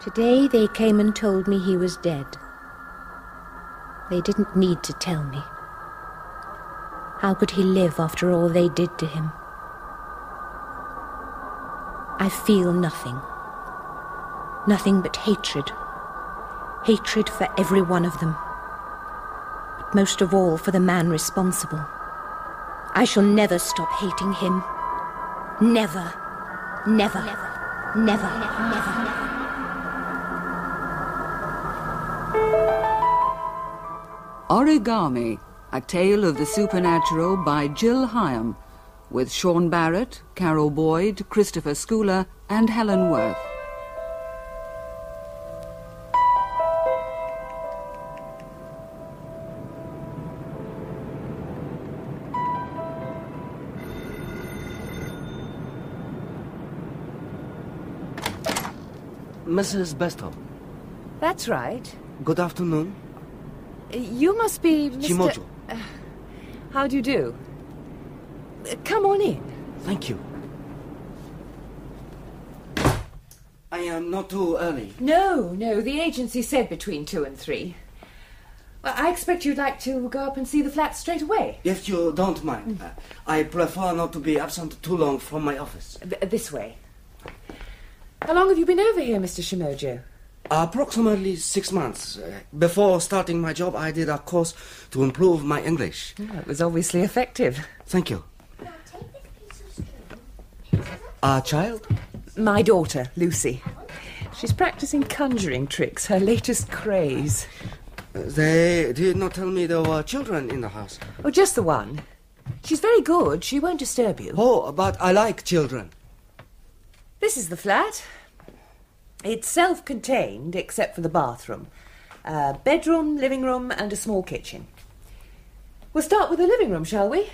Today they came and told me he was dead. They didn't need to tell me. How could he live after all they did to him? I feel nothing. Nothing but hatred. Hatred for every one of them. But most of all for the man responsible. I shall never stop hating him. Never. Never. Never. Never. Never. Origami, a tale of the supernatural by Jill Hyam, with Sean Barrett, Carol Boyd, Christopher Schooler, and Helen Worth. Mrs. Bestel, That's right. good afternoon. You must be Mr. Shimojo. How do you do? Uh, Come on in. Thank you. I am not too early. No, no, the agency said between two and three. Well, I expect you'd like to go up and see the flat straight away. If you don't mind, uh, I prefer not to be absent too long from my office. Th- this way. How long have you been over here, Mr. Shimojo? Approximately six months. Uh, before starting my job, I did a course to improve my English. it was obviously effective. Thank you. A child? My daughter, Lucy. She's practicing conjuring tricks, her latest craze. Uh, They did not tell me there were children in the house. Oh, just the one. She's very good. She won't disturb you. Oh, but I like children. This is the flat. It's self contained except for the bathroom, a bedroom, living room, and a small kitchen. We'll start with the living room, shall we?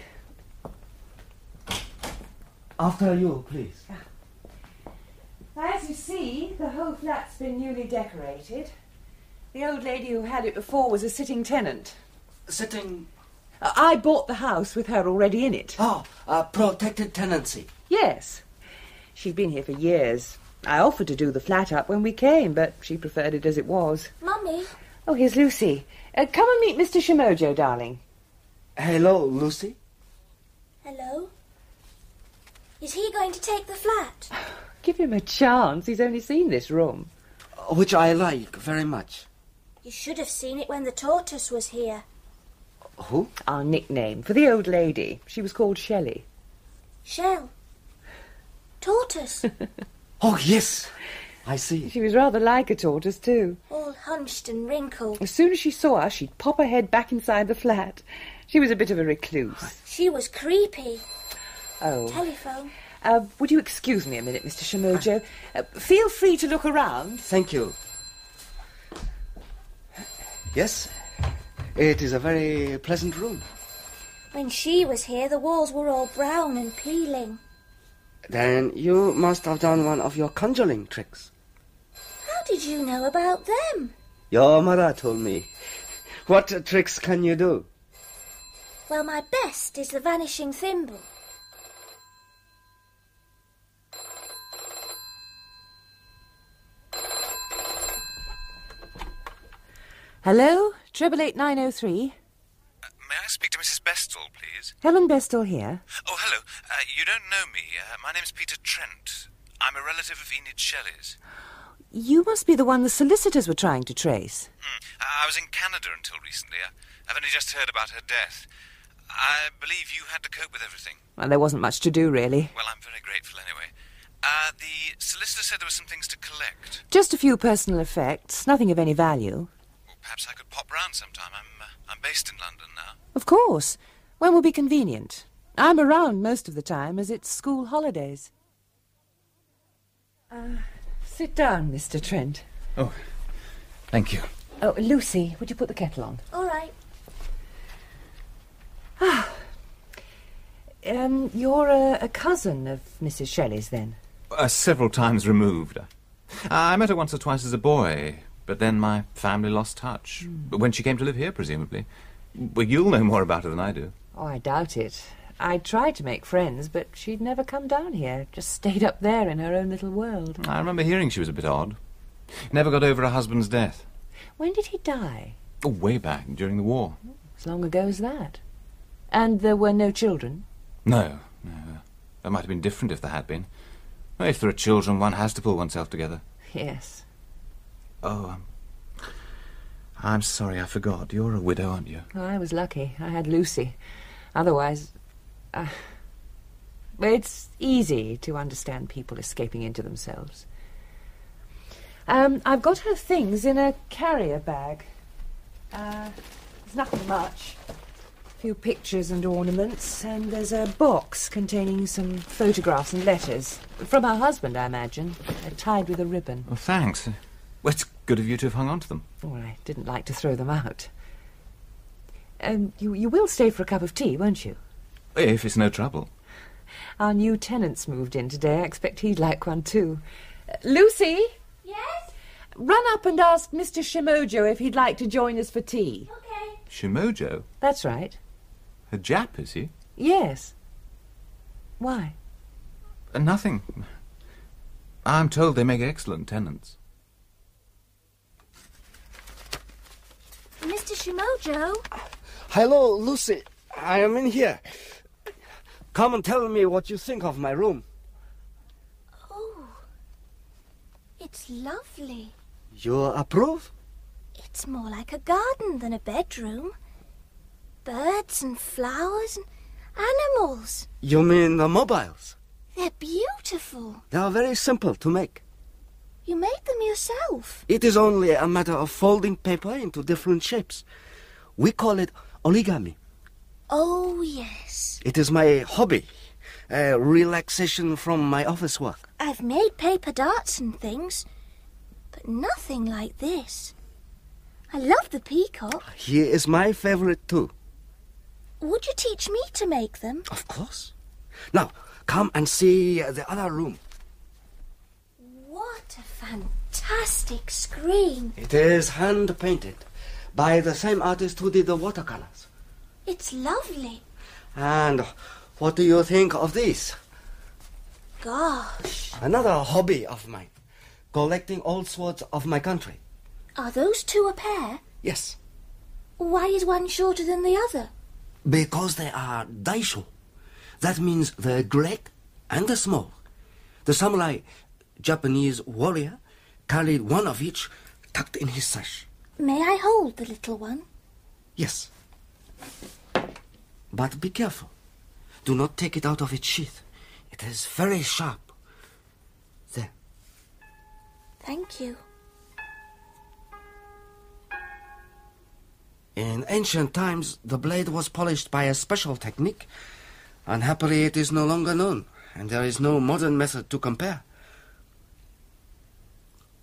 After you, please. As you see, the whole flat's been newly decorated. The old lady who had it before was a sitting tenant. Sitting. Uh, I bought the house with her already in it. Oh, a protected tenancy. Yes. She'd been here for years. I offered to do the flat up when we came, but she preferred it as it was. Mummy, Oh, here's Lucy. Uh, come and meet Mr. Shimojo, darling. Hello, Lucy. hello? Is he going to take the flat? Give him a chance. He's only seen this room. Which I like very much. You should have seen it when the tortoise was here. Who? Our nickname for the old lady. She was called Shelley. Shell. Tortoise. Oh, yes. I see. She was rather like a tortoise, too. All hunched and wrinkled. As soon as she saw us, she'd pop her head back inside the flat. She was a bit of a recluse. She was creepy. Oh. Telephone. Uh, would you excuse me a minute, Mr. Shimojo? Uh, feel free to look around. Thank you. Yes, it is a very pleasant room. When she was here, the walls were all brown and peeling. Then you must have done one of your conjuring tricks. How did you know about them? Your mother told me. What tricks can you do? Well, my best is the vanishing thimble. Hello? 888-903. May I speak to Mrs. Bestel, please? Helen Bestel here. Oh, hello. Uh, you don't know me. Uh, my name's Peter Trent. I'm a relative of Enid Shelley's. You must be the one the solicitors were trying to trace. Hmm. I I was in Canada until recently. I- I've only just heard about her death. I believe you had to cope with everything. Well, there wasn't much to do, really. Well, I'm very grateful anyway. Uh, the solicitor said there were some things to collect. Just a few personal effects, nothing of any value. Well, perhaps I could pop round sometime. I'm, uh, I'm based in London now. Of course. When will be convenient? I'm around most of the time, as it's school holidays. Uh, sit down, Mr. Trent. Oh, Thank you. Oh, Lucy, would you put the kettle on? All right. Um, you're a, a cousin of Mrs. Shelley's, then? Uh, several times removed. Uh, I met her once or twice as a boy, but then my family lost touch. When she came to live here, presumably. Well, you'll know more about her than I do. Oh, I doubt it. I tried to make friends, but she'd never come down here. Just stayed up there in her own little world. I remember hearing she was a bit odd. Never got over her husband's death. When did he die? Oh, way back during the war. As long ago as that. And there were no children? No, no. That might have been different if there had been. If there are children, one has to pull oneself together. Yes. Oh, um, I'm sorry, I forgot. You're a widow, aren't you? I was lucky. I had Lucy. Otherwise, uh, it's easy to understand people escaping into themselves. Um, I've got her things in a carrier bag. Uh, there's nothing much. A few pictures and ornaments, and there's a box containing some photographs and letters. From her husband, I imagine. They're tied with a ribbon. Well, Oh, thanks. Well, it's good of you to have hung on to them. Well, I didn't like to throw them out. Um, you, you will stay for a cup of tea, won't you? If it's no trouble. Our new tenant's moved in today. I expect he'd like one too. Uh, Lucy, Yes? run up and ask Mr. Shimojo if he'd like to join us for tea. Okay. Shimojo? That's right. A Jap, is he? Yes. Why? Uh, nothing. I'm told they make excellent tenants. Mr. Shimojo? Hello, Lucy. I am in here. Come and tell me what you think of my room. Oh. It's lovely. You approve? It's more like a garden than a bedroom. Birds and flowers and animals. You mean the mobiles? They're beautiful. They are very simple to make. You made them yourself. It is only a matter of folding paper into different shapes. We call it origami. Oh, yes. It is my hobby, a relaxation from my office work. I've made paper darts and things, but nothing like this. I love the peacock. He is my favorite too. Would you teach me to make them? Of course. Now, come and see uh, the other room. What a fantastic screen. It is hand painted by the same artist who did the watercolors. It's lovely. And what do you think of this? Gosh. Another hobby of mine collecting old swords of my country. Are those two a pair? Yes, Why is one shorter than the other? because they are daisho. That means the great and the small. The samurai Japanese warrior carried one of each tucked in his sash. May I hold the little one? Yes. But be careful. Do not take it out of its sheath. It is very sharp. There. Thank you. In ancient times, the blade was polished by a special technique. Unhappily, it is no longer known, and there is no modern method to compare.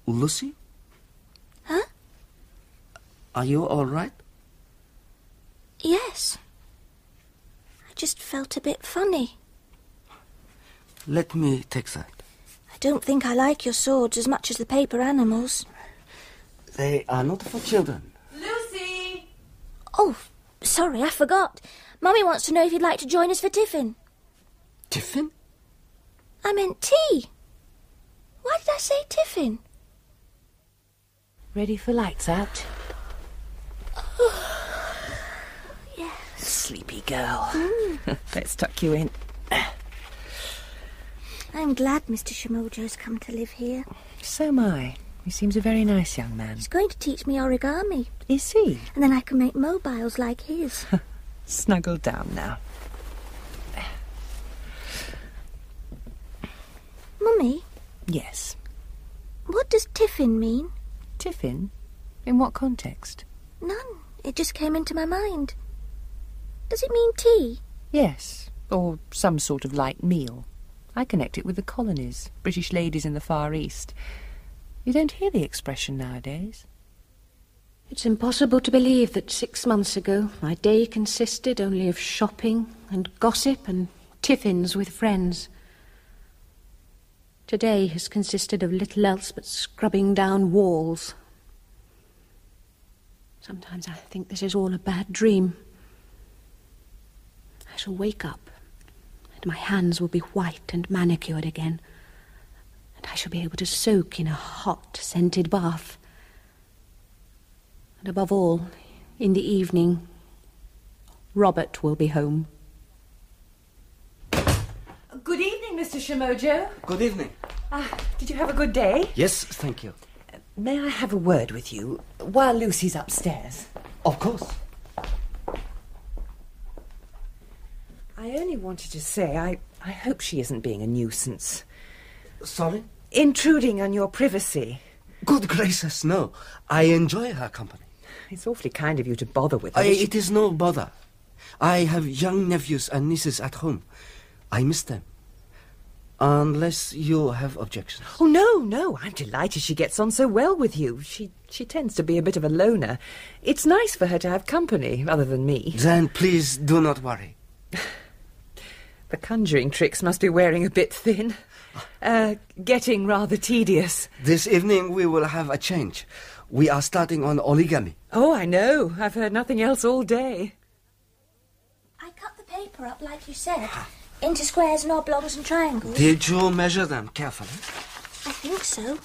Lucy? Huh? Are you all right? Yes. I just felt a bit funny. Let me take that. I don't think I like your swords as much as the paper animals. They are not for children. Lucy! Oh, sorry, I forgot. Mummy wants to know if you'd like to join us for tiffin. Tiffin? I meant tea. Why did I say tiffin? Ready for lights out? Sleepy girl. Let's tuck you in. I'm glad Mr. Shimojo's come to live here. So am I. He seems a very nice young man. He's going to teach me origami, Is he? and then I can make mobiles like his. Snuggle down now. Mummy, Yes. what does tiffin mean? Tiffin? In what context? None. It just came into my mind. Does it mean tea? Yes, or some sort of light meal. I connect it with the colonies, British ladies in the Far East. You don't hear the expression nowadays. It's impossible to believe that six months ago my day consisted only of shopping and gossip and tiffins with friends. Today has consisted of little else but scrubbing down walls. Sometimes I think this is all a bad dream. I shall wake up, and my hands will be white and manicured again, and I shall be able to soak in a hot, scented bath. And above all, in the evening, Robert will be home. Good evening, Mr. Shimojo. Good evening. Ah, did you have a good day? Yes, thank you. May I have a word with you while Lucy's upstairs? Of course. I only wanted to say I, I hope she isn't being a nuisance. Sorry? Intruding on your privacy. Good gracious, no. I enjoy her company. It's awfully kind of you to bother with her. I, it is no bother. I have young nephews and nieces at home. I miss them. Unless you have objections. Oh no, no! I'm delighted she gets on so well with you. She she tends to be a bit of a loner. It's nice for her to have company other than me. Then please do not worry. The conjuring tricks must be wearing a bit thin, uh, getting rather tedious. This evening we will have a change. We are starting on origami. Oh, I know. I've heard nothing else all day. I cut the paper up like you said, into squares and oblongs and triangles. Did you measure them carefully? I think so.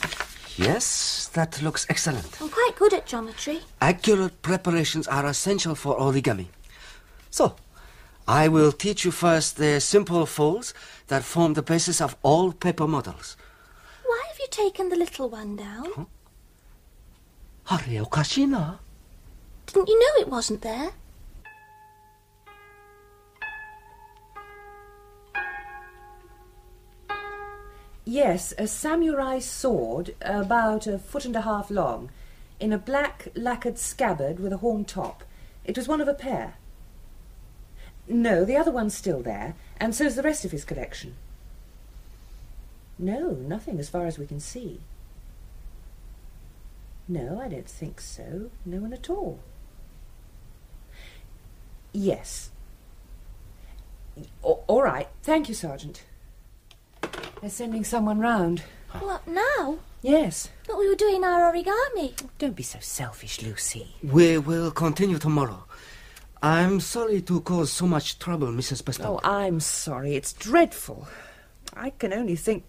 Yes, that looks excellent. I'm quite good at geometry. Accurate preparations are essential for origami. So, I will teach you first the simple folds that form the basis of all paper models. Why have you taken the little one down? Hurry, Okashina. Didn't you know it wasn't there? Yes, a samurai sword about a foot and a half long, in a black lacquered scabbard with a horn top. It was one of a pair. No, the other one's still there, and so's the rest of his collection. No, nothing as far as we can see. No, I don't think so. No one at all. Yes. A- all right. Thank you, Sergeant. They're sending someone round. What now? Yes. But we were doing our origami. Don't be so selfish, Lucy. We will continue tomorrow. I'm sorry to cause so much trouble, Mrs. Bestow. Oh, I'm sorry. It's dreadful. I can only think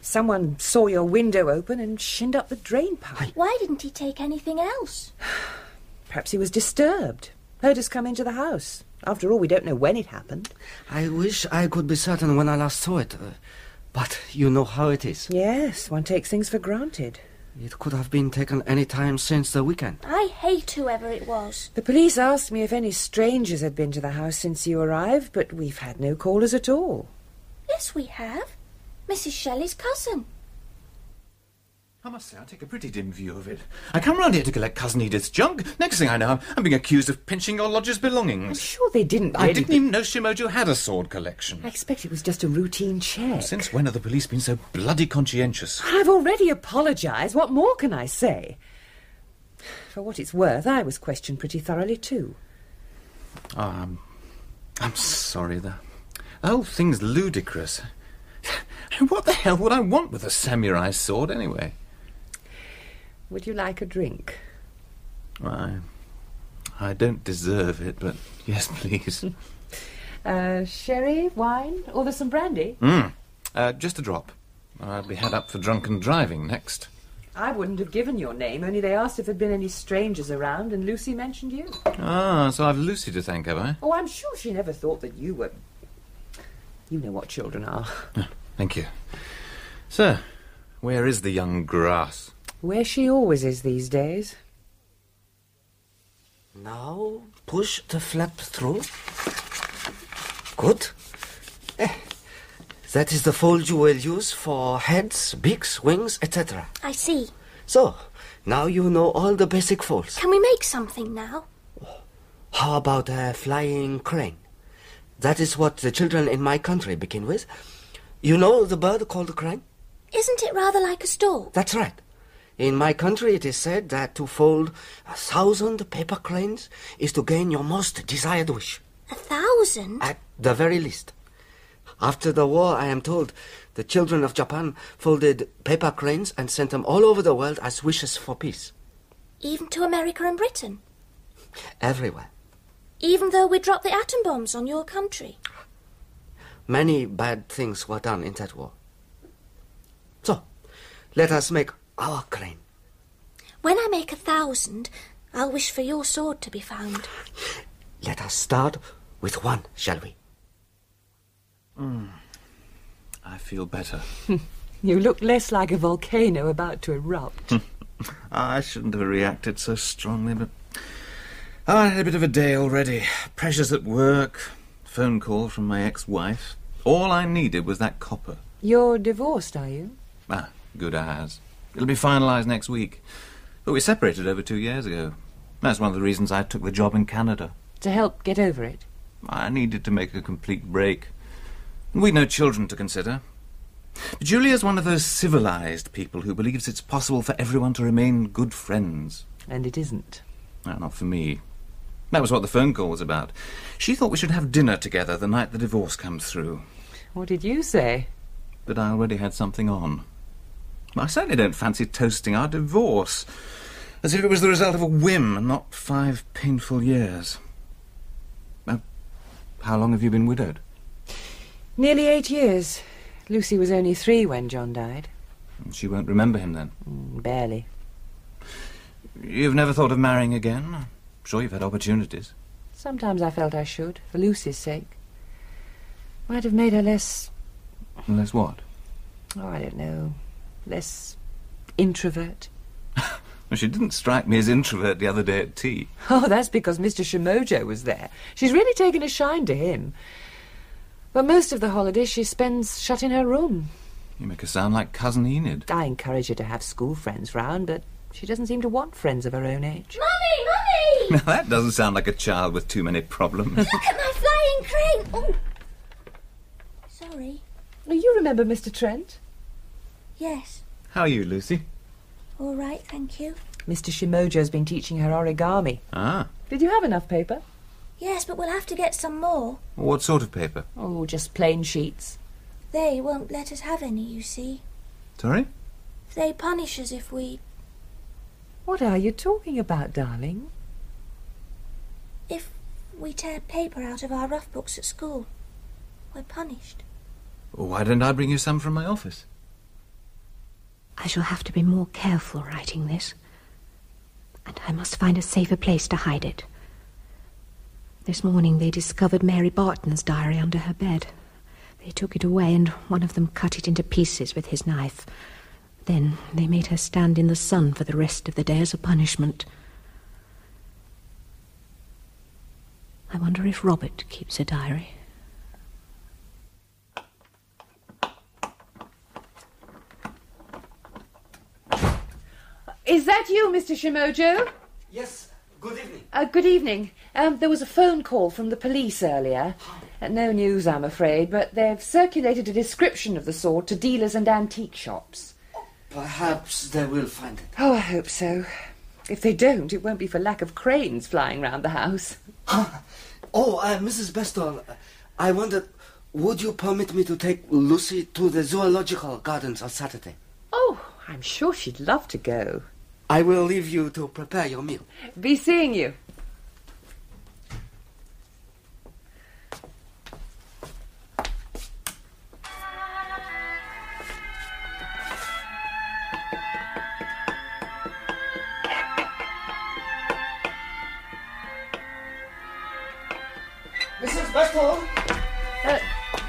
someone saw your window open and shinned up the drain pipe. Why didn't he take anything else? Perhaps he was disturbed. Heard us come into the house. After all, we don't know when it happened. I wish I could be certain when I last saw it, uh, but you know how it is. Yes, one takes things for granted. It could have been taken any time since the weekend. I hate whoever it was. The police asked me if any strangers had been to the house since you arrived, but we've had no callers at all. Yes, we have. Mrs. Shelley's cousin. I must say, I take a pretty dim view of it. I come round here to collect Cousin Edith's junk. Next thing I know, I'm being accused of pinching your lodger's belongings. Sure, they didn't. I really, didn't but- even know Shimojo had a sword collection. I expect it was just a routine check. Since when have the police been so bloody conscientious? I've already apologised. What more can I say? For what it's worth, I was questioned pretty thoroughly too. Um, I'm sorry, the, the whole thing's ludicrous. What the hell would I want with a samurai sword anyway? Would you like a drink? I, I don't deserve it, but yes, please. Uh, sherry, wine, or there's some brandy? Mm. Uh, just a drop. I'll be had up for drunken driving next. I wouldn't have given your name, only they asked if there'd been any strangers around, and Lucy mentioned you. Ah, so I've Lucy to thank, have I? Oh, I'm sure she never thought that you were. You know what children are. Thank you. Sir, where is the young grass? Where she always is these days. Now push the flap through. Good. Eh, That is the fold you will use for heads, beaks, wings, etc. I see. So, now you know all the basic folds. Can we make something now? How about a flying crane? That is what the children in my country begin with. You know the bird called crane? Isn't it rather like a stork? That's right. In my country, it is said that to fold a thousand paper cranes is to gain your most desired wish. A thousand? At the very least. After the war, I am told, the children of Japan folded paper cranes and sent them all over the world as wishes for peace. Even to America and Britain? Everywhere. Even though we dropped the atom bombs on your country? Many bad things were done in that war. So, Let us make our claim. When I make a thousand, I'll wish for your sword to be found. Let us start with one, shall we? I feel better. You look less like a volcano about to erupt. Ah, I shouldn't have reacted so strongly, but Ah, I had a bit of a day already. Pressures at work, phone call from my ex-wife. All I needed was that copper. You're divorced, are you? Ah, good as. It'll be finalised next week. But we separated over two years ago. That's one of the reasons I took the job in Canada. To help get over it. I needed to make a complete break. And We'd no children to consider. But Julia's one of those civilized people who believes it's possible for everyone to remain good friends. And it isn't. No, not for me. That was what the phone call was about. She thought we should have dinner together the night the divorce comes through. What did you say? But I already had something on. I certainly don't fancy toasting our divorce, as if it was the result of a whim and not five painful years. Uh, how long have you been widowed? Nearly eight years. Lucy was only three when John died. Mm, She won't remember him then. Barely. You've never thought of marrying again? Sure, you've had opportunities. Sometimes I felt I should, for Lucy's sake. Might have made her less, Unless what? oh, I don't know, less introvert. Well, She didn't strike me as introvert the other day at tea. Oh, that's because Mr. Shimojo was there. She's really taken a shine to him. But most of the holidays she spends shut in her room. You make her sound like Cousin Enid. I encourage her to have school friends round, but she doesn't seem to want friends of her own age. Mummy, mummy! Now, that doesn't sound like a child with too many problems. Look at my flying crane! Oh! Sorry. Oh, you remember Mr. Trent? Yes. How are you, Lucy? All right, thank you. Mr. Shimojo's been teaching her origami. Ah, Did you have enough paper? Yes, but we'll have to get some more. what sort of paper? Oh, just plain sheets. They won't let us have any, you see. Sorry? They punish us if we What are you talking about, darling? if we tear paper out of our rough books at school. We're punished. Why don't I bring you some from my office? I shall have to be more careful writing this, and I must find a safer place to hide it. This morning they discovered Mary Barton's diary under her bed. They took it away, and one of them cut it into pieces with his knife. Then they made her stand in the sun for the rest of the day as a punishment. I wonder if Robert keeps a diary. Is that you, Mr. Shimojo? Yes, good evening. Uh, good evening. Um, there was a phone call from the police earlier. Uh, no news, I'm afraid, but they've circulated a description of the sword to dealers and antique shops. Perhaps they will find it. Oh, I hope so. If they don't, it won't be for lack of cranes flying round the house. Oh, uh, Mrs. Bestall, uh, I wondered, would you permit me to take Lucy to the zoological gardens on Saturday? Oh, I'm sure she'd love to go. I will leave you to prepare your meal. Be seeing you. Mrs. Bestall, Uh,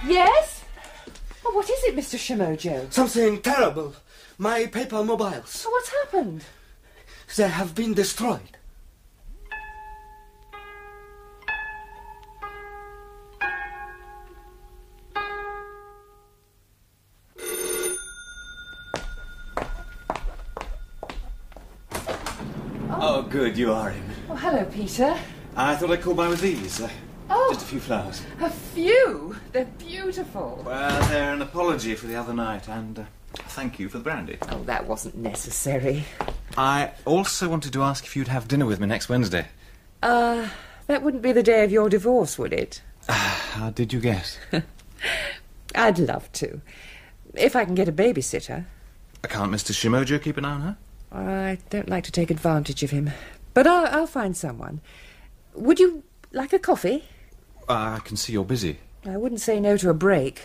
yes? Oh, what is it, Mr. Shimojo? something terrible. My paper mobiles, So what's happened? they have been destroyed. Oh, good, you are in. Oh, hello, Peter. I thought I'd call by with these. Uh, Oh. Just a few flowers. A few. They're beautiful. Well, they're an apology for the other night, and uh, thank you for the brandy. Oh, that wasn't necessary. I also wanted to ask if you'd have dinner with me next Wednesday. Uh, that wouldn't be the day of your divorce, would it? How did you guess? I'd love to. If I can get a babysitter. Uh, Can't Mr. Shimojo keep an eye on her? I don't like to take advantage of him. But I'll, I'll find someone. Would you like a coffee? Ah, Uh, I can see you're busy. I wouldn't say no to a break.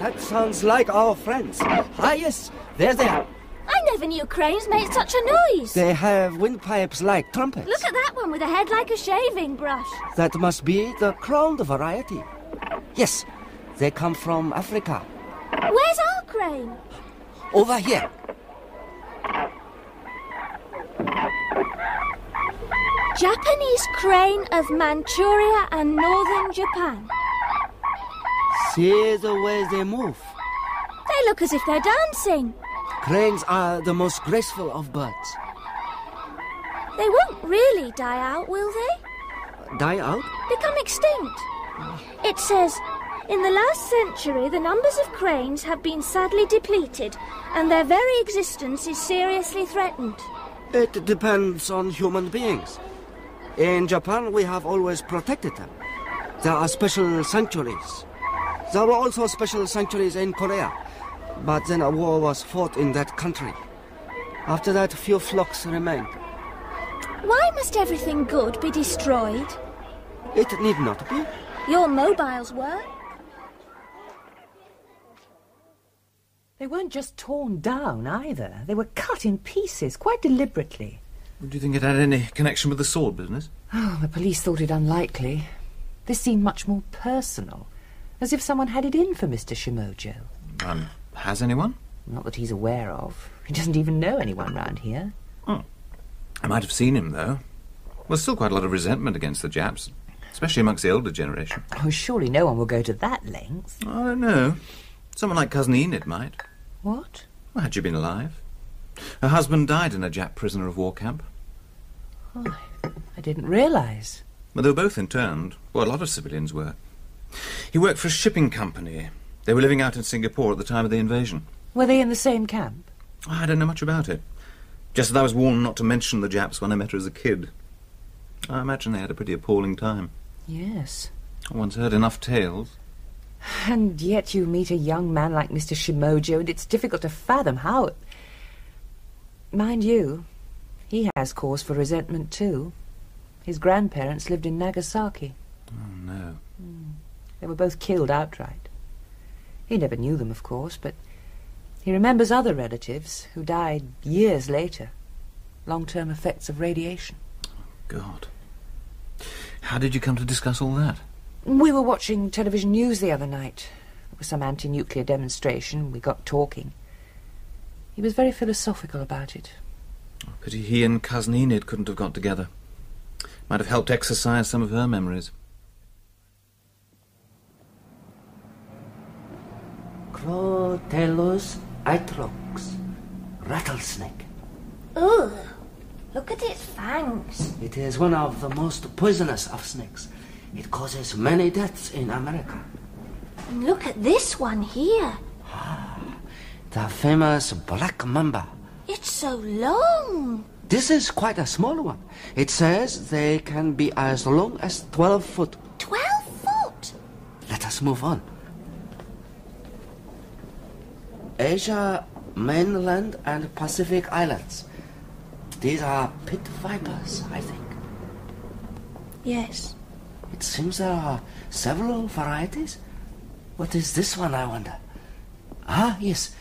That sounds like our friends. Ah, yes, there they are. I never knew cranes made such a noise. They have windpipes like trumpets. Look at that one with a head like a shaving brush. That must be the crowned variety. Yes, they come from Africa. Where's our crane? Over here. Japanese crane of Manchuria and northern Japan. See the way they move. They look as if they're dancing. Cranes are the most graceful of birds. They won't really die out, will they? Die out? Become extinct. It says, in the last century, the numbers of cranes have been sadly depleted, and their very existence is seriously threatened. It depends on human beings. In Japan, we have always protected them. There are special sanctuaries. There were also special sanctuaries in Korea, but then a war was fought in that country. After that, few flocks remained. Why must everything good be destroyed? It need not be. Your mobiles were. They weren't just torn down either, they were cut in pieces quite deliberately. Do you think it had any connection with the sword business? Oh, the police thought it unlikely. This seemed much more personal, as if someone had it in for Mr. Shimojo. Um, has anyone? Not that he's aware of. He doesn't even know anyone round here. I might have seen him, though. There's still quite a lot of resentment against the Japs, especially amongst the older generation. Oh, surely no one will go to that length. I don't know. Someone like Cousin Enid might. What? Well, had she been alive? Her husband died in a Jap prisoner of war camp. I didn't realise. Well, they were both interned. Well, a lot of civilians were. He worked for a shipping company. They were living out in Singapore at the time of the invasion. Were they in the same camp? I don't know much about it. Just that I was warned not to mention the Japs when I met her as a kid. I imagine they had a pretty appalling time. Yes. I once heard enough tales. And yet you meet a young man like Mr. Shimojo, and it's difficult to fathom how. Mind you, he has cause for resentment too. His grandparents lived in Nagasaki. Oh, no. They were both killed outright. He never knew them, of course, but he remembers other relatives who died years later. Long term effects of radiation. God. How did you come to discuss all that? We were watching television news the other night. It was some anti nuclear demonstration. We got talking. He was very philosophical about it. Pity he and Cousin Enid couldn't have got together. Might have helped exercise some of her memories. Crotalus atrox, rattlesnake. Ugh. Look at its fangs. It is one of the most poisonous of snakes. It causes many deaths in America. And look at this one here. The famous black mamba. It's so long. This is quite a small one. It says they can be as long as 12 foot. Twelve foot. Let us move on. Asia, mainland, and Pacific Islands. These are pit vipers, I think. Yes. It seems there are several varieties. What is this one, I wonder? Ah, yes,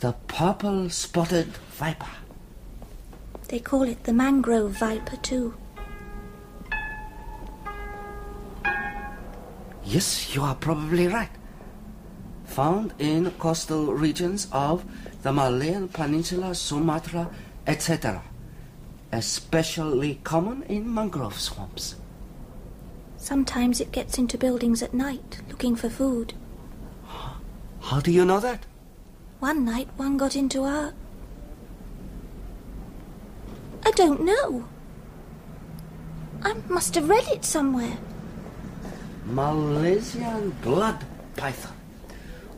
the purple spotted viper. They call it the mangrove viper too. Yes, you are probably right. Found in coastal regions of the Malayan Peninsula, Sumatra, etc. Especially common in mangrove swamps. Sometimes it gets into buildings at night looking for food. How do you know that? One night one got into our. I don't know. I must have read it somewhere. Malaysian blood python.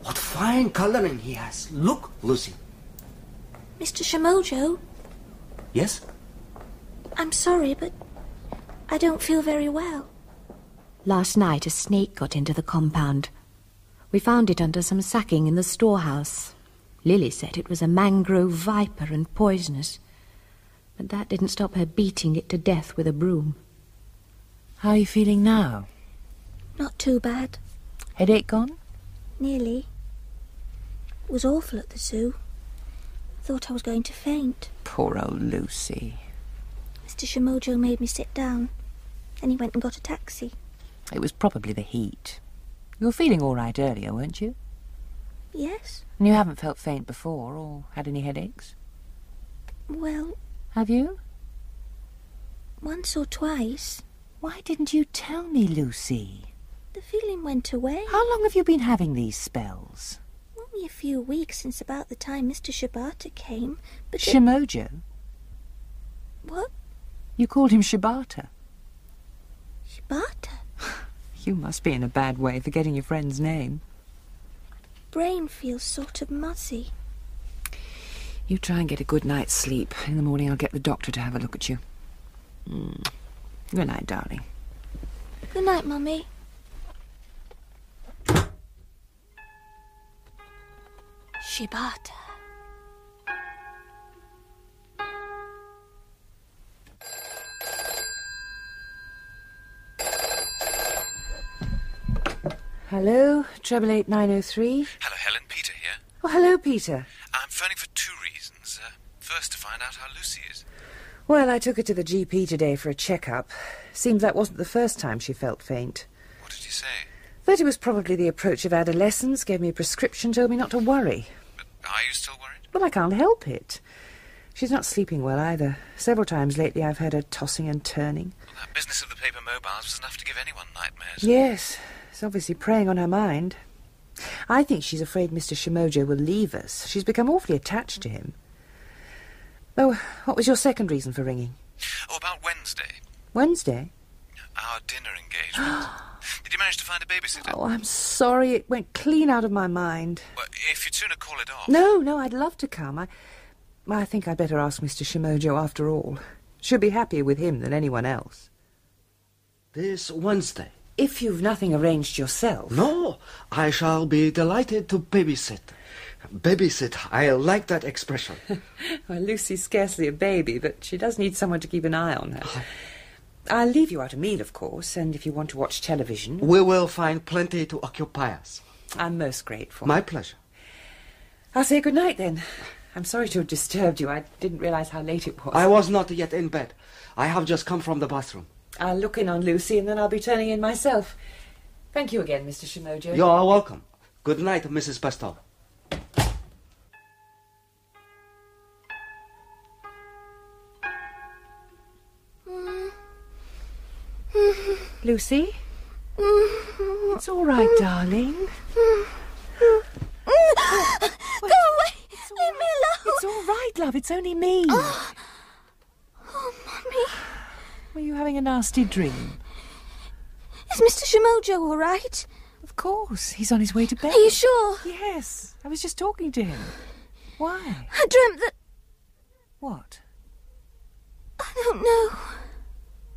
What fine coloring he has. Look, Lucy. Mr. Shimojo, Yes? I'm sorry, but I don't feel very well. Last night, a snake got into the compound. We found it under some sacking in the storehouse. Lily said it was a mangrove viper and poisonous, but that didn't stop her beating it to death with a broom. How are you feeling now? Not too bad. Headache gone? Nearly. It was awful at the zoo. Thought I was going to faint. Poor old Lucy. Mr. Shimojo made me sit down. Then he went and got a taxi. It was probably the heat. You were feeling all right earlier, weren't you? Yes? And you haven't felt faint before or had any headaches? Well, Have you? once or twice. Why didn't you tell me, Lucy? The feeling went away. How long have you been having these spells? Only a few weeks since about the time Mr. Shibata came. But it- Shimojo? What? You called him Shibata. Shibata? You must be in a bad way for getting your friend's name. Brain feels sort of muzzy. You try and get a good night's sleep. In the morning, I'll get the doctor to have a look at you. Mm. Good night, darling. Good night, Mummy. Shibata. Hello, treble eight nine oh three. Hello, Helen. Peter here. Oh, hello, Peter. I'm phoning for two reasons. Uh, first, to find out how Lucy is. Well, I took her to the GP today for a checkup. Seems that wasn't the first time she felt faint. What did he say? That it was probably the approach of adolescence, gave me a prescription, told me not to worry. But are you still worried? But I can't help it. She's not sleeping well either. Several times lately I've heard her tossing and turning. Well, that business of the paper mobiles was enough to give anyone nightmares. Yes, it's obviously preying on her mind. I think she's afraid Mr. Shimojo will leave us. She's become awfully attached to him. Oh, what was your second reason for ringing? Oh, about Wednesday. Wednesday? Our dinner engagement. did you manage to find a babysitter? Oh, I'm sorry, it went clean out of my mind. Well, if you'd sooner call it off. No, no, I'd love to come. I, I think I'd better ask Mr. Shimojo after all. She'll be happier with him than anyone else. This Wednesday. If you've nothing arranged yourself. No, I shall be delighted to babysit. Babysit, I like that expression. Well, Lucy's scarcely a baby, but she does need someone to keep an eye on her. I'll leave you out a meal, of course, and if you want to watch television, we will find plenty to occupy us. I'm most grateful. My pleasure. I'll say good night then. I'm sorry to have disturbed you. I didn't realise how late it was. I was not yet in bed. I have just come from the bathroom. I'll look in on Lucy and then I'll be turning in myself. Thank you again, Mr. Shimojo. You are welcome. Good night, Mrs. Pastor. Lucy? It's all right, darling. Go away! Leave me alone! It's all right, love. It's only me. Oh, Mummy. Were you having a nasty dream? Is Mr. Shimojo all right? Of course. He's on his way to bed. Are you sure? Yes. I was just talking to him. Why? I dreamt that. What? I don't know.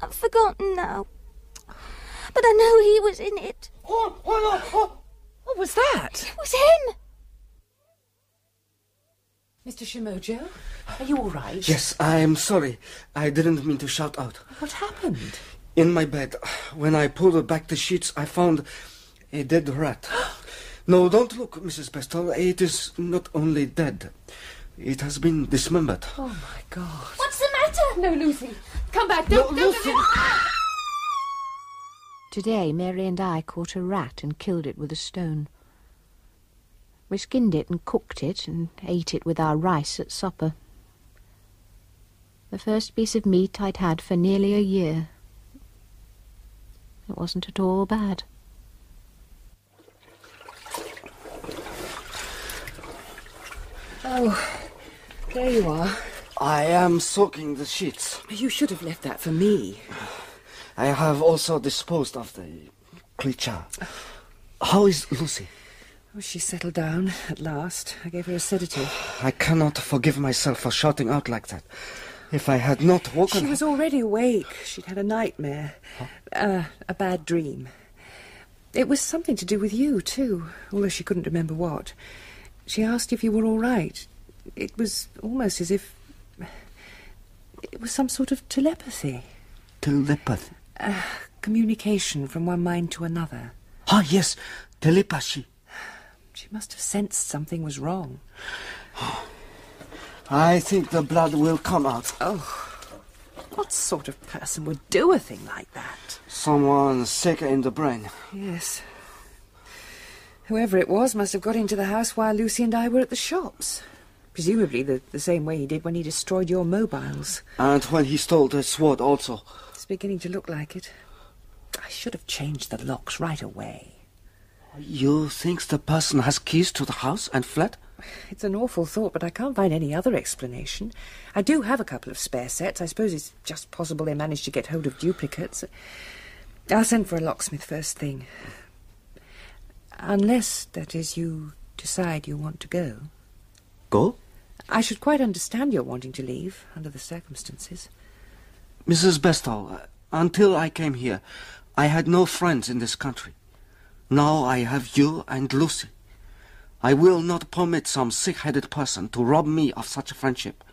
I've forgotten now. But I know he was in it. What was that? It was him! Mr. Shimojo, are you all right? Yes, I am sorry. I didn't mean to shout out. What happened? In my bed, when I pulled back the sheets, I found a dead rat. no, don't look, Mrs. Pastor. It is not only dead, it has been dismembered. Oh, my God. What's the matter? No, Lucy. Come back, No, don't, don't, Lucy. Today, Mary and I caught a rat and killed it with a stone. We skinned it and cooked it and ate it with our rice at supper. The first piece of meat I'd had for nearly a year. It wasn't at all bad. There you are. I am soaking the sheets. You should have left that for me. I have also disposed of the creature. How is Lucy? Oh, she settled down at last. I gave her a sedative. I cannot forgive myself for shouting out like that. If I had not woken She was already awake. She'd had a nightmare, uh, a bad dream. It was something to do with you, too, although she couldn't remember what. She asked if you were all right. It was almost as if. It was some sort of telepathy, telepathy. communication from one mind to another. Ah, yes, telepathy. She must have sensed something was wrong. I think the blood will come out. Oh, what sort of person would do a thing like that? Someone sick in the brain. Yes. Whoever it was must have got into the house while Lucy and I were at the shops. Presumably the, the same way he did when he destroyed your mobiles. And when he stole the sword also. It's beginning to look like it. I should have changed the locks right away. You think the person has keys to the house and fled? It's an awful thought, but I can't find any other explanation. I do have a couple of spare sets. I suppose it's just possible they managed to get hold of duplicates. I'll send for a locksmith first thing. Unless, that is, you decide you want to go. Go? I should quite understand your wanting to leave, under the circumstances. Mrs. Bestall, uh, until I came here, I had no friends in this country. Now I have you and Lucy. I will not permit some sick-headed person to rob me of such a friendship.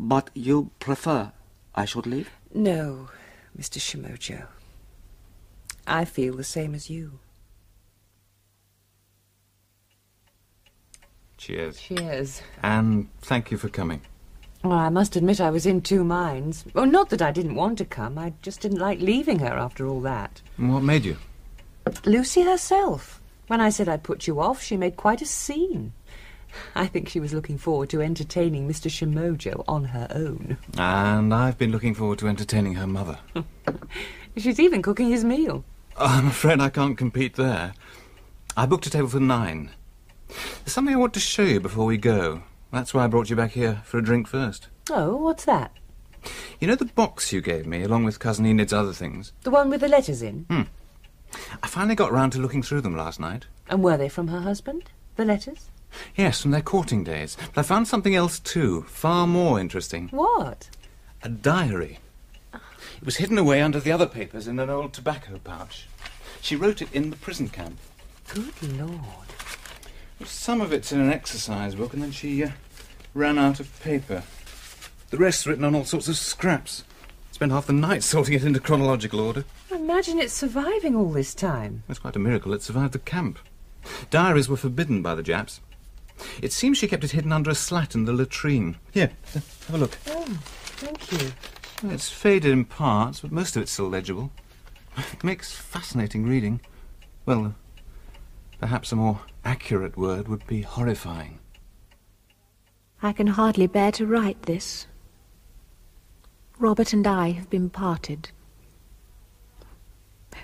But you prefer I should leave? No, Mr. Shimojo. I feel the same as you. Cheers. Cheers. And thank you for coming. Well, I must admit I was in two minds. Well, not that I didn't want to come, I just didn't like leaving her after all that. And what made you? Lucy herself. When I said I'd put you off, she made quite a scene. I think she was looking forward to entertaining Mr. Shimojo on her own. And I've been looking forward to entertaining her mother. She's even cooking his meal. I'm afraid I can't compete there. I booked a table for nine. There's something I want to show you before we go. That's why I brought you back here for a drink first. Oh, what's that? You know the box you gave me, along with Cousin Enid's other things? The one with the letters in? Hmm. I finally got round to looking through them last night. And were they from her husband? The letters? Yes, from their courting days. But I found something else too, far more interesting. What? A diary. It was hidden away under the other papers in an old tobacco pouch. She wrote it in the prison camp. Good lord. Some of it's in an exercise book, and then she uh, ran out of paper. The rest's written on all sorts of scraps. Spent half the night sorting it into chronological order. Imagine it surviving all this time. It's quite a miracle it survived the camp. Diaries were forbidden by the Japs. It seems she kept it hidden under a slat in the latrine. Here, have a look. Oh, thank you. Well, it's faded in parts, but most of it's still legible. It makes fascinating reading. Well, uh, perhaps a more accurate word would be horrifying. I can hardly bear to write this. Robert and I have been parted.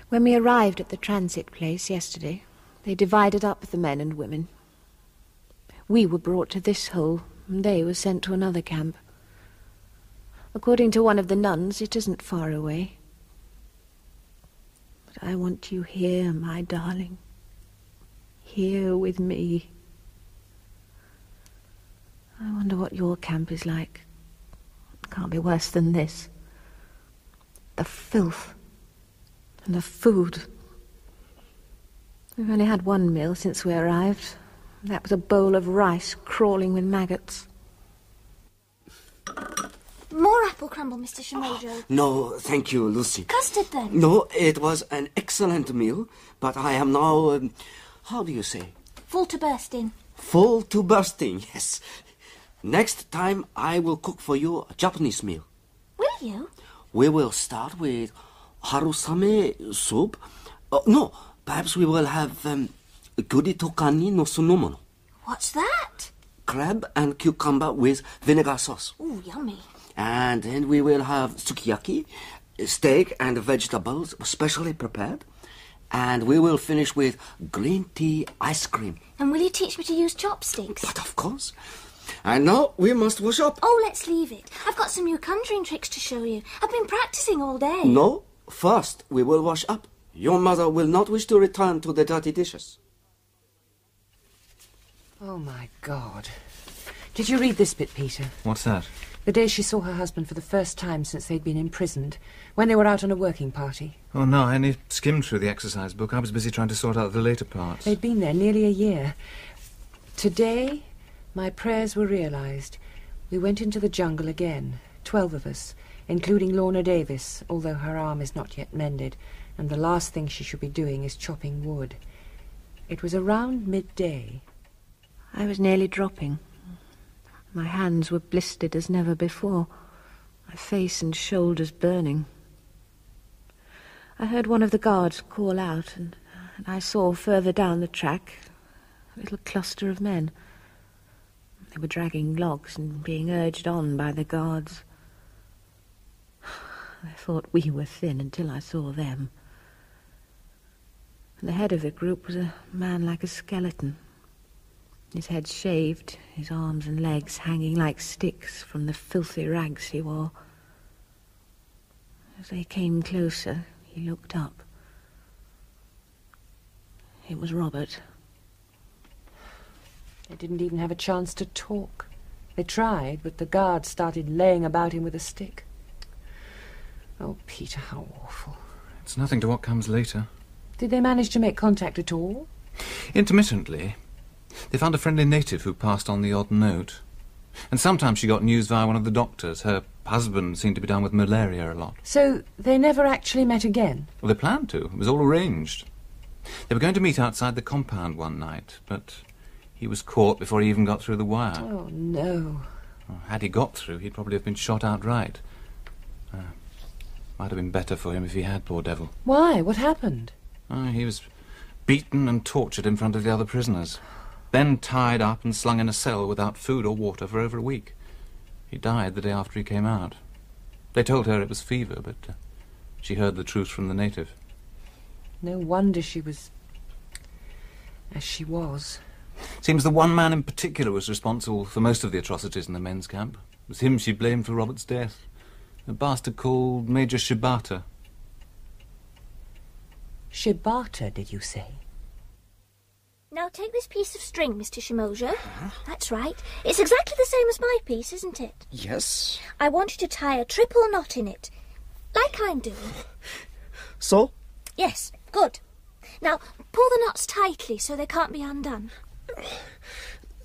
When we arrived at the transit place yesterday, they divided up the men and women. We were brought to this hole, and they were sent to another camp. According to one of the nuns, it isn't far away. But I want you here, my darling. Here with me. I wonder what your camp is like. It can't be worse than this. The filth and the food. We've only had one meal since we arrived. That was a bowl of rice crawling with maggots. More apple crumble, Mr. Shimojo. No, thank you, Lucy. Oh, Custard then? No, it was an excellent meal, but I am now, um, how do you say, Full to bursting. full to bursting, yes. Next time I will cook for you a Japanese meal. Will you? We will start with harusame soup. Uh, no, perhaps we will have um, guritokani no sunomono, What's that? crab and cucumber with vinegar sauce. Ooh, yummy. And then we will have sukiyaki, steak and vegetables specially prepared. And we will finish with green tea ice cream, And will you teach me to use chopsticks? of course. And now we must wash up. Oh, let's leave it. I've got some new conjuring tricks to show you. I've been practicing all day. No, first we will wash up. Your mother will not wish to return to the dirty dishes. Oh, my God. Did you read this bit, Peter? What's that? The day she saw her husband for the first time since they'd been imprisoned, when they were out on a working party. Oh no, I only skimmed through the exercise book. I was busy trying to sort out the later parts. They'd been there nearly a year. Today, my prayers were realized. We went into the jungle again, twelve of us, including Lorna Davis, although her arm is not yet mended, and the last thing she should be doing is chopping wood. It was around midday. I was nearly dropping. My hands were blistered as never before, my face and shoulders burning. I heard one of the guards call out, and, and I saw further down the track a little cluster of men. They were dragging logs and being urged on by the guards. I thought we were thin until I saw them. And the head of the group was a man like a skeleton, his head shaved, his arms and legs hanging like sticks from the filthy rags he wore. As they came closer, he looked up. It was Robert. They didn't even have a chance to talk. They tried, but the guard started laying about him with a stick. Oh, Peter, how awful. It's nothing to what comes later. Did they manage to make contact at all? Intermittently, they found a friendly native who passed on the odd note. And sometimes she got news via one of the doctors. Her husband seemed to be down with malaria a lot. So they never actually met again. Well, they planned to. It was all arranged. They were going to meet outside the compound one night, but he was caught before he even got through the wire. Oh, no. Well, Had he got through, he'd probably have been shot outright. Uh, might have been better for him if he had, poor devil. Why? What happened? Uh, he was beaten and tortured in front of the other prisoners, then tied up and slung in a cell without food or water for over a week. He died the day after he came out. They told her it was fever, but uh, she heard the truth from the native. No wonder she was. as she was. Seems the one man in particular was responsible for most of the atrocities in the men's camp. It was him she blamed for Robert's death. A bastard called Major Shibata. Shibata, did you say? Now take this piece of string, Mr. Shimoja. That's right. It's exactly the same as my piece, isn't it? Yes. I want you to tie a triple knot in it, like I'm doing. So? Yes, good. Now pull the knots tightly so they can't be undone.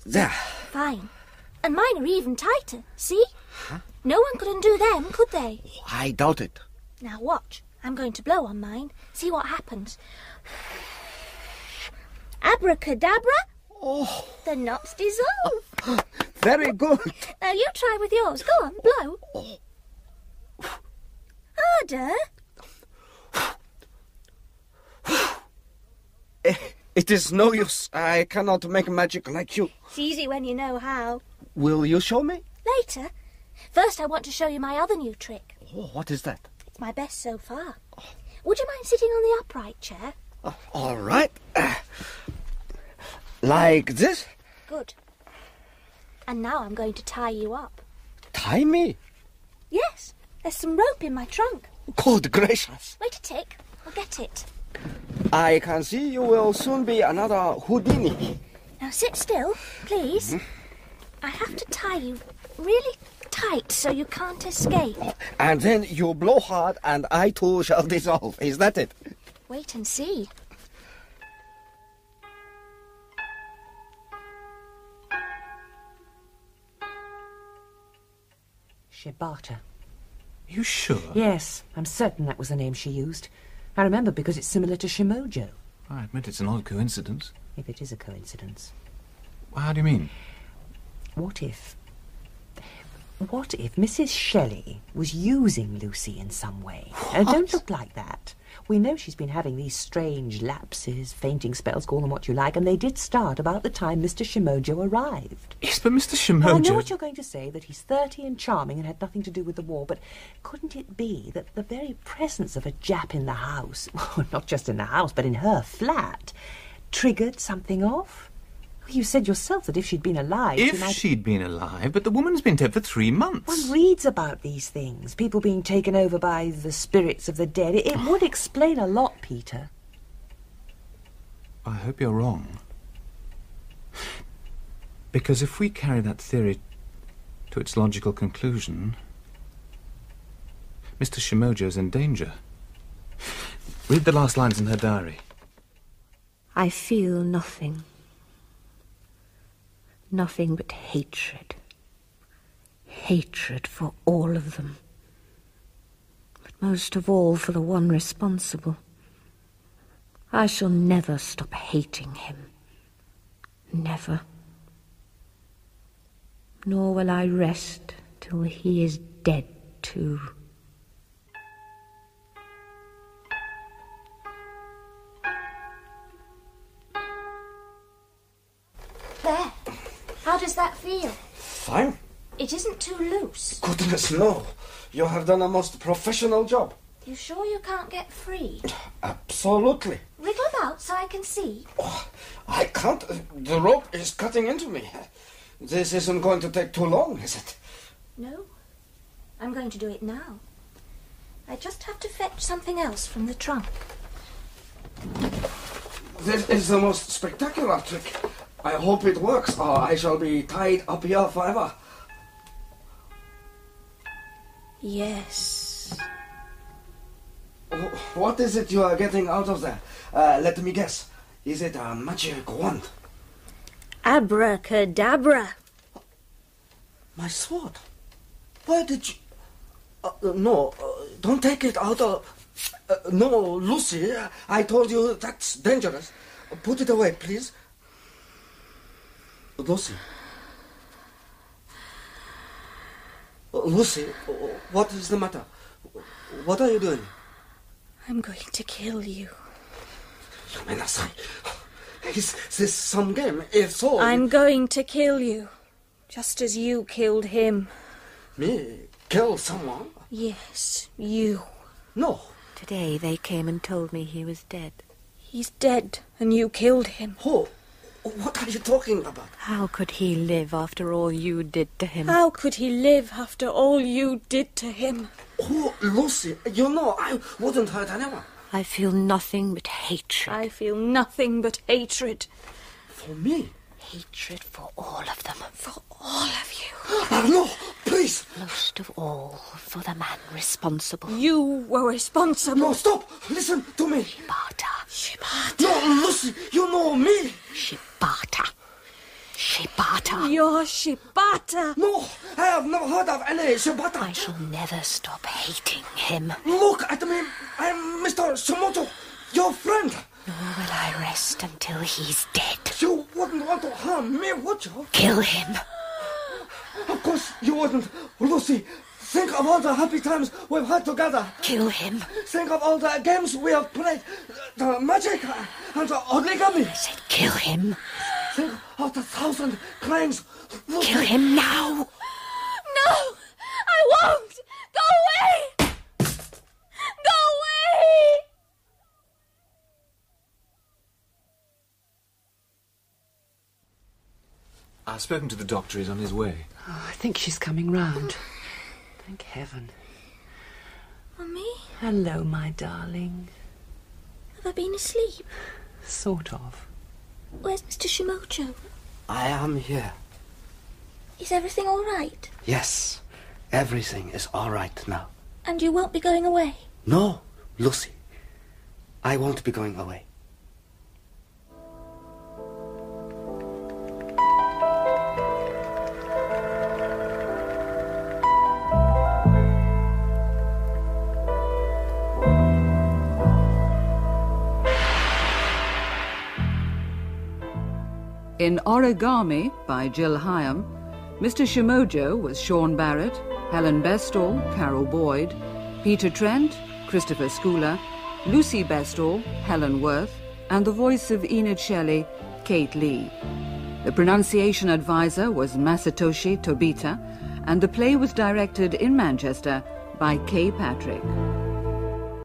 There. Fine. And mine are even tighter, see? No one could undo them, could they? I doubt it. Now watch. I'm going to blow on mine. See what happens. Abracadabra! Oh. The knots dissolve. Very good. now you try with yours. Go on, blow. Harder. Eh, It is no use. I cannot make magic like you. It's easy when you know how. Will you show me? Later. First, I want to show you my other new trick. Oh, what is that? It's my best so far. Would you mind sitting on the upright chair? All right. Eh, Like this? Good. And now I'm going to tie you up. Tie me? Yes, there's some rope in my trunk. Good gracious. Wait a tick. I'll get it. I can see you will soon be another Houdini. Now sit still, please. I have to tie you really tight so you can't escape. And then you blow hard and I too shall dissolve. Is that it? Wait and see. Shibata. You sure? Yes, I'm certain that was the name she used. I remember because it's similar to Shimojo, I admit it's an odd coincidence. if it is a coincidence. How do you mean? What if. What if Mrs. Shelley was using Lucy in some way? And don't look like that. We know she's been having these strange lapses, fainting spells, call them what you like, and they did start about the time Mr. Shimojo arrived. Yes, but Mr. Now, I Shimoja. know what you're going to say, that he's 30 and charming and had nothing to do with the war, but couldn't it be that the very presence of a Jap in the house, well, not just in the house, but in her flat, triggered something off? You said yourself that if she'd been alive, she If might... she'd been alive, but the woman's been dead for three months. One reads about these things, people being taken over by the spirits of the dead. It, it would explain a lot, Peter. I hope you're wrong. Because if we carry that theory to its logical conclusion, Mr. Shimojo's in danger. Read the last lines in her diary. I feel nothing. Nothing but hatred. Hatred for all of them. But most of all for the one responsible. I shall never stop hating him. Never. Nor will I rest till he is dead, too. There. How does that feel? Fine. It isn't too loose. Goodness, no. You have done a most professional job. You sure you can't get free? Absolutely. Wriggle about so I can see. I can't. uh, The rope is cutting into me. This isn't going to take too long, is it? No. I'm going to do it now. I just have to fetch something else from the trunk. This is the most spectacular trick. I hope it works, or I shall be tied up here forever. Yes. Wh- What is it you are getting out of there? Uh, let me guess. Is it a magic wand? Abracadabra. My sword. Why did you? Uh, uh, no, uh, don't take it out of. Uh, no, Lucy. uh, I told you that's dangerous. Put it away, please. Lucy. Uh, Lucy, uh, what is the matter? What are you doing? I'm going to kill you. Menasai. Is this some game? If so, I'm going to kill you. Just as you killed him. me kill someone. Yes, you. No. Today they came and told me he was dead. He's dead, and you killed him. Who? What are you talking about? How could he live after all you did to him? How could he live after all you did to him? Oh, Lucy, you know I wouldn't hurt anyone. I feel nothing but hatred. I feel nothing but hatred. For me? Hatred for all of them. For all of you. Ah, no, please! Most of all, for the man responsible. You were responsible. No, stop! Listen to me. Shibata. Shibata. No, Lucy, you know me. Shibata. Shibata. You're Shibata. No, I have never heard of any I Shibata. shall never stop hating him, Look at me. I'm Mr. Sumoto, your friend. nor will I rest until he's dead. You wouldn't want to harm me, would you? Kill him. Of course you wouldn't. Lucy, think of all the happy times we've had together. Kill him. Think of all the games we have played. The magic and the origami. Kill him. Think of the thousand crimes. Lucy, Kill him now. No! I won't! Go away! Go away! I've spoken to the doctor. He's on his way. Oh, I think she's coming round. Thank heaven. Mummy, Hello, my darling. have I been asleep? Sort of. Where's Mr. Shimocho? I am here. Is everything all right? Yes, everything is all right now. And you won't be going away? No, Lucy. I won't be going away. In Origami by Jill Hyam, Mr. Shimojo was Sean Barrett, Helen Bestall, Carol Boyd, Peter Trent, Christopher Schooler, Lucy Bestall, Helen Worth, and the voice of Enid Shelley, Kate Lee. The pronunciation advisor was Masatoshi Tobita, and the play was directed in Manchester by Kay Patrick.